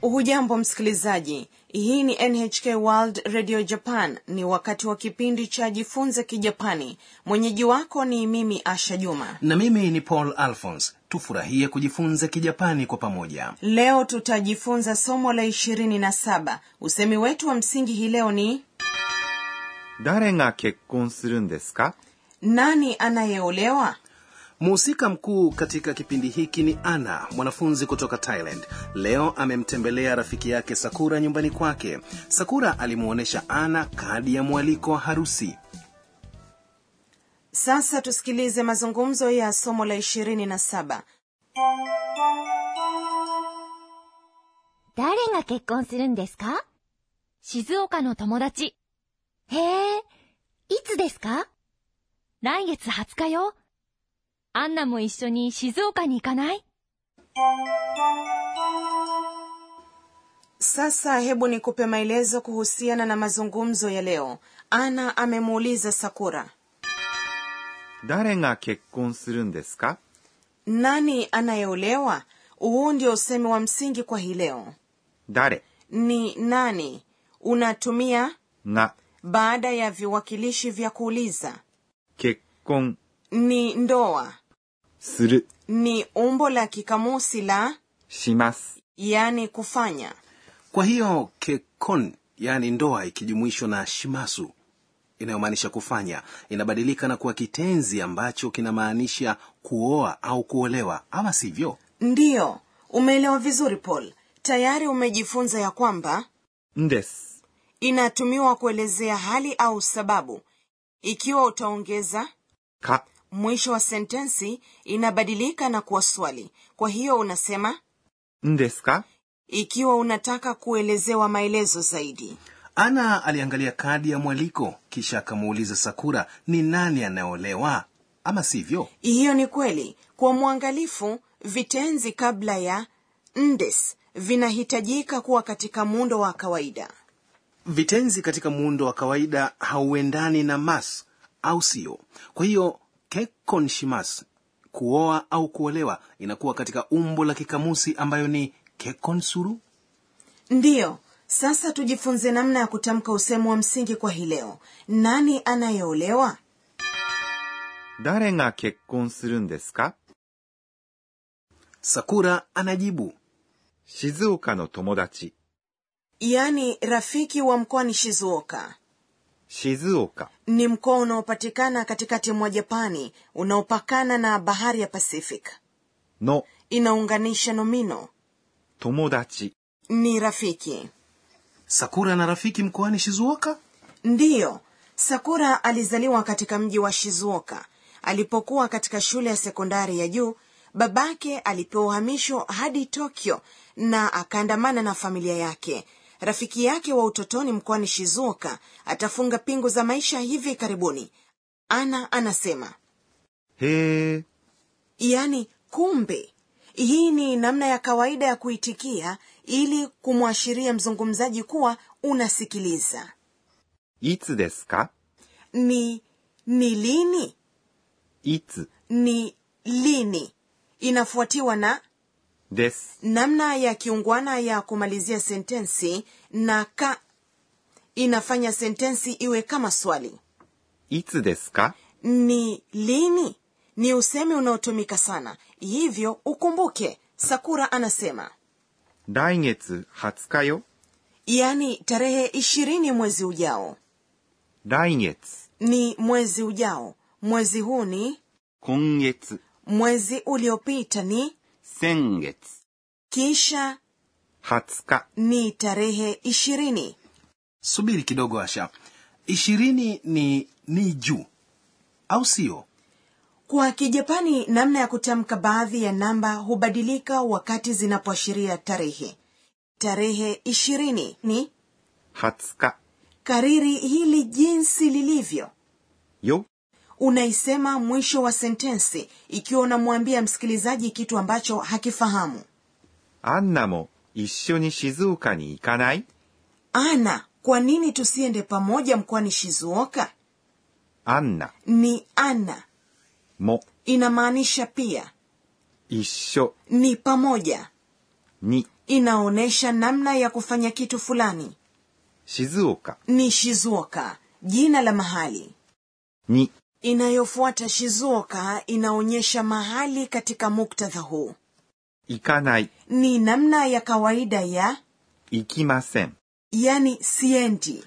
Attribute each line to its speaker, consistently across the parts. Speaker 1: hujambo msikilizaji hii ni nhk world radio japan ni wakati wa kipindi cha jifunze kijapani mwenyeji wako ni mimi asha juma
Speaker 2: na mimi ni paul alphons tufurahie kujifunza kijapani kwa pamoja
Speaker 1: leo tutajifunza somo la ishirini na saba usemi wetu wa msingi hii leo ni
Speaker 3: 誰が結婚するんですか
Speaker 1: nani anayeolewa
Speaker 2: mhusika mkuu katika kipindi hiki ni ana mwanafunzi kutoka thailand leo amemtembelea rafiki yake sakura nyumbani kwake sakura alimwonyesha ana kadi ya mwaliko wa harusi
Speaker 1: sasa tusikilize mazungumzo ya somo la ishirini na saba
Speaker 4: 誰が結婚するんですか静岡の友達。へえ、いつですか来月20日よ。アンナも一緒に静岡に行かない
Speaker 1: sasa hebu nikupe maelezo kuhusiana na mazungumzo ya leo ana amemuuliza sakura
Speaker 3: 誰が結婚するんですか
Speaker 1: nani anayeolewa huu ndio usemi wa msingi kwa hii leo
Speaker 3: 誰
Speaker 1: ni nani unatumia
Speaker 3: が
Speaker 1: baada ya viwakilishi vya kuuliza
Speaker 3: 結婚
Speaker 1: ni ndoa
Speaker 3: する
Speaker 1: ni umbo la kikamusi la
Speaker 3: します。
Speaker 1: yani kufanya
Speaker 2: kwa hiyo kekon yaani ndoa ikijumuishwa na shimasu inayomaanisha kufanya inabadilika na kuwa kitenzi ambacho kinamaanisha kuoa au kuolewa ama sivyo
Speaker 1: ndiyo umeelewa vizuri paul tayari umejifunza ya kwamba
Speaker 3: んです。
Speaker 1: inatumiwa kuelezea hali au sababu ikiwa utaongeza
Speaker 3: か
Speaker 1: mwisho wa sentensi inabadilika na kuwa swali kwa hiyo unasema
Speaker 3: んですか
Speaker 1: ikiwa unataka kuelezewa maelezo zaidi
Speaker 2: ana aliangalia kadi ya mwaliko kisha akamuuliza sakura ni nani anaolewa ama sivyo
Speaker 1: hiyo ni kweli kwa mwangalifu vitenzi kabla ya ndes vinahitajika kuwa katika muundo wa kawaida
Speaker 2: vitenzi katika muundo wa kawaida hauendani na mas au sio kwa hiyo kekonshimas kuoa au kuolewa inakuwa katika umbo la kikamusi ambayo ni kekonsuru
Speaker 1: ndiyo sasa tujifunze namna ya kutamka usemo wa msingi kwa hii leo nani anayeolewa
Speaker 3: 誰が結婚するんですか
Speaker 2: sakura anajibu
Speaker 3: 静岡の友達。
Speaker 1: yaani rafiki wa mkoani shizuoka
Speaker 3: 静岡
Speaker 1: ni mkoa unaopatikana katikati mwa japani unaopakana na bahari ya pacific
Speaker 3: の
Speaker 1: inaunganisha nomino
Speaker 3: 友達。
Speaker 1: ni rafiki
Speaker 2: sakura na rafiki mkoani shizuoka
Speaker 1: ndiyo sakura alizaliwa katika mji wa shizuoka alipokuwa katika shule ya sekondari ya juu babake alipewa uhamisho hadi tokyo na akaandamana na familia yake rafiki yake wa utotoni mkoani shizuoka atafunga pingu za maisha hivi karibuni ana anasema
Speaker 3: へえ、
Speaker 1: yaani kumbe hii ni namna ya kawaida ya kuitikia ili kumwashiria mzungumzaji kuwa unasikiliza
Speaker 3: いつですか
Speaker 1: ni ni lini
Speaker 3: いつ
Speaker 1: ni lini inafuatiwa na
Speaker 3: です。
Speaker 1: namna ya kiungwana ya kumalizia sentensi na ka inafanya sentensi iwe kama swali
Speaker 3: いつですか
Speaker 1: ni lini ni usemi unaotumika sana hivyo ukumbuke sakura anasema
Speaker 3: 来月20日よ。
Speaker 1: yaani tarehe ishirini mwezi ujao
Speaker 3: 来月。
Speaker 1: ni mwezi ujao mwezi huu ni
Speaker 3: 今月。
Speaker 1: mwezi uliopita ni
Speaker 3: 先月。
Speaker 1: kisha
Speaker 3: 20日。
Speaker 1: ni tarehe ishirini
Speaker 2: subiri kidogo asha ishirini ni ni juu au sio
Speaker 1: kwa kijapani namna ya kutamka baadhi ya namba hubadilika wakati zinapoashiria tarehe tarehe ishirini ni
Speaker 3: 20日。
Speaker 1: kariri hili jinsi lilivyo
Speaker 3: よ。
Speaker 1: unaisema mwisho wa sentensi ikiwa unamwambia msikilizaji kitu ambacho hakifahamu
Speaker 3: アンナも一緒に静岡に行かない
Speaker 1: ana kwa nini tusiende pamoja mkoani shizuoka
Speaker 3: アンナ
Speaker 1: ni ana
Speaker 3: も
Speaker 1: inamaanisha pia
Speaker 3: 一緒
Speaker 1: ni pamoja
Speaker 3: に
Speaker 1: inaonyesha namna ya kufanya kitu fulani
Speaker 3: 静岡
Speaker 1: ni shizuoka jina la mahali
Speaker 3: に
Speaker 1: inayofuata shizuoka inaonyesha mahali katika muktadha huu
Speaker 3: 行かない
Speaker 1: ni namna ya kawaida ya
Speaker 3: 行きません
Speaker 1: yani siendi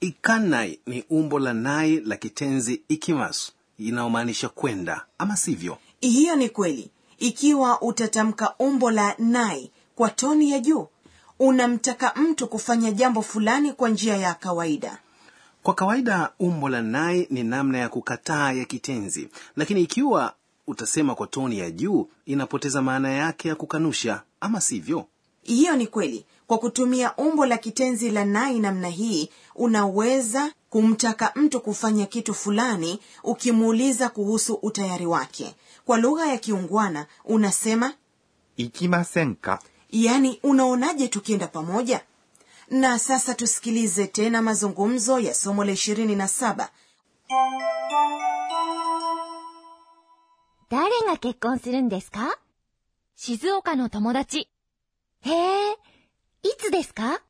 Speaker 2: ikanai ni umbo la nai la kitenzi ikimasu inayomaanisha kwenda ama sivyo
Speaker 1: hiyo ni kweli ikiwa utatamka umbo la nai kwa toni ya juu unamtaka mtu kufanya jambo fulani kwa njia ya kawaida
Speaker 2: kwa kawaida umbo la nai ni namna ya kukataa ya kitenzi lakini ikiwa utasema kwa toni ya juu inapoteza maana yake ya kukanusha ama sivyo
Speaker 1: hiyo ni kweli kwa kutumia umbo la kitenzi la nai namna hii unaweza kumtaka mtu kufanya kitu fulani ukimuuliza kuhusu utayari wake kwa lugha ya kiungwana unasema
Speaker 3: 行きませんか
Speaker 1: yaani unaonaje tukienda pamoja na sasa tusikilize tena mazungumzo ya somo la ishirini na saba
Speaker 4: 誰が結婚するんですか静岡の友達。へえ、いつですか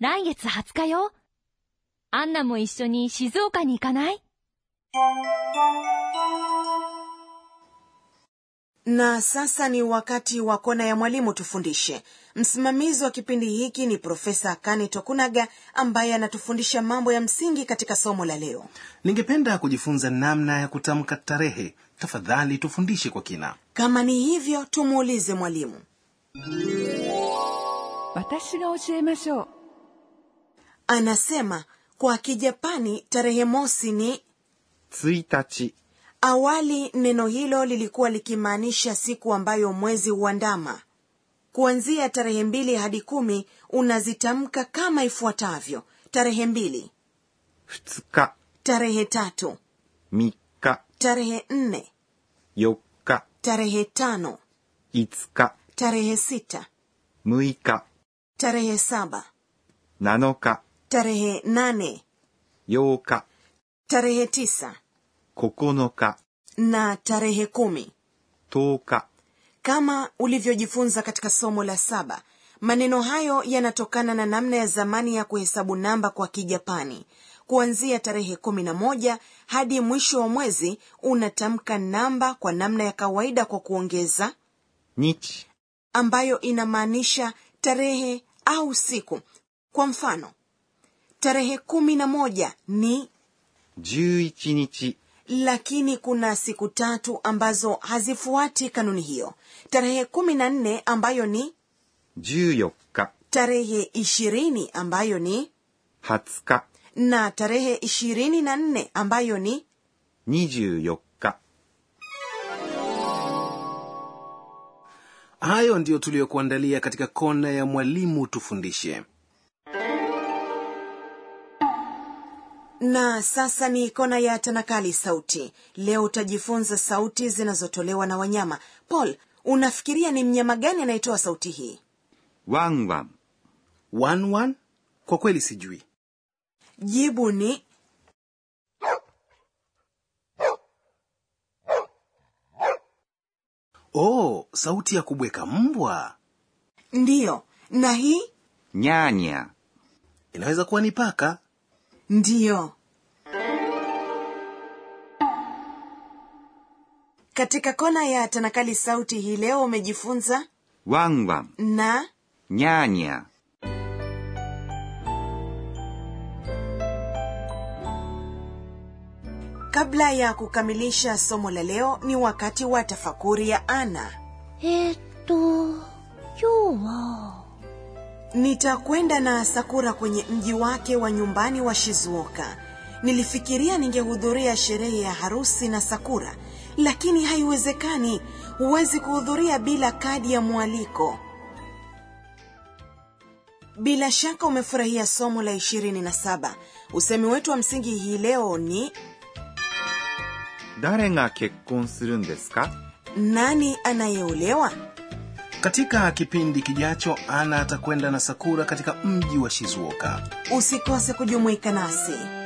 Speaker 4: 来月20日よ。アンナも一緒に静岡に行かない
Speaker 1: na sasa ni wakati wa kona ya mwalimu tufundishe msimamizi wa kipindi hiki ni profesa kani tokunaga ambaye anatufundisha mambo ya msingi katika somo la leo
Speaker 2: ningependa kujifunza namna ya kutamka tarehe tafadhali tufundishe kwa kina
Speaker 1: kama ni hivyo tumuulize mwalimu
Speaker 5: 私が教えましょう
Speaker 1: anasema kwa kijapani tarehe mosi ni
Speaker 3: 1日
Speaker 1: awali neno hilo lilikuwa likimaanisha siku ambayo mwezi huandama kuanzia tarehe mbili hadi kumi unazitamka kama ifuatavyo tarehe mbili
Speaker 3: 2日
Speaker 1: tarehe tatu
Speaker 3: 3日
Speaker 1: tarehe nne
Speaker 3: 4日
Speaker 1: tarehe tano
Speaker 3: 5日
Speaker 1: tarehe sita
Speaker 3: 6日
Speaker 1: tarehe saba
Speaker 3: 7日
Speaker 1: tarehe nane
Speaker 3: 8日
Speaker 1: tarehe tisa
Speaker 3: 9日
Speaker 1: na tarehe kumi
Speaker 3: 10日
Speaker 1: kama ulivyojifunza katika somo la saba maneno hayo yanatokana na namna ya zamani ya kuhesabu namba kwa kijapani kuanzia tarehe kumi na moja hadi mwisho wa mwezi unatamka namba kwa namna ya kawaida kwa kuongeza
Speaker 3: 日
Speaker 1: ambayo inamaanisha tarehe au siku kwa mfano tarehe kumi na moja ni
Speaker 3: 11日
Speaker 1: lakini kuna siku tatu ambazo hazifuati kanuni hiyo tarehe kumi na nne ambayo ni
Speaker 3: 14日
Speaker 1: tarehe ishirini ambayo ni
Speaker 3: 20日
Speaker 1: na tarehe ishirini na nne ambayo ni
Speaker 3: 24日
Speaker 2: hayo ndiyo tuliyokuandalia katika kona ya mwalimu tufundishe
Speaker 1: na sasa ni kona ya tanakali sauti leo utajifunza sauti zinazotolewa na wanyama paul unafikiria ni mnyama gani anayetoa sauti hii
Speaker 3: ワンワン
Speaker 2: one, one? kwa kweli sijui
Speaker 1: jibu ni
Speaker 2: oh sauti ya kubweka mbwa
Speaker 1: ndiyo na hii
Speaker 3: にゃーにゃ
Speaker 2: inaweza kuwa ni paka
Speaker 1: ndiyo katika kona ya tanakali sauti hii leo umejifunza
Speaker 3: ーワンワン
Speaker 1: na
Speaker 3: にゃーにゃー
Speaker 1: kabla ya kukamilisha somo la leo ni wakati wa tafakuri ya ana
Speaker 4: えーっと、今日は、
Speaker 1: nitakwenda na sakura kwenye mji wake wa nyumbani wa shizuoka nilifikiria ningehudhuria sherehe ya harusi na sakura lakini haiwezekani huwezi kuhudhuria bila kadi ya mwaliko bila shaka umefurahia somo la 27 usemi wetu wa msingi hii leo ni
Speaker 3: 誰が結婚するんですか
Speaker 1: nani anayeolewa
Speaker 2: katika kipindi kijacho ana atakwenda na sakura katika mji wa shizuoka
Speaker 1: usikose kujumuika nasi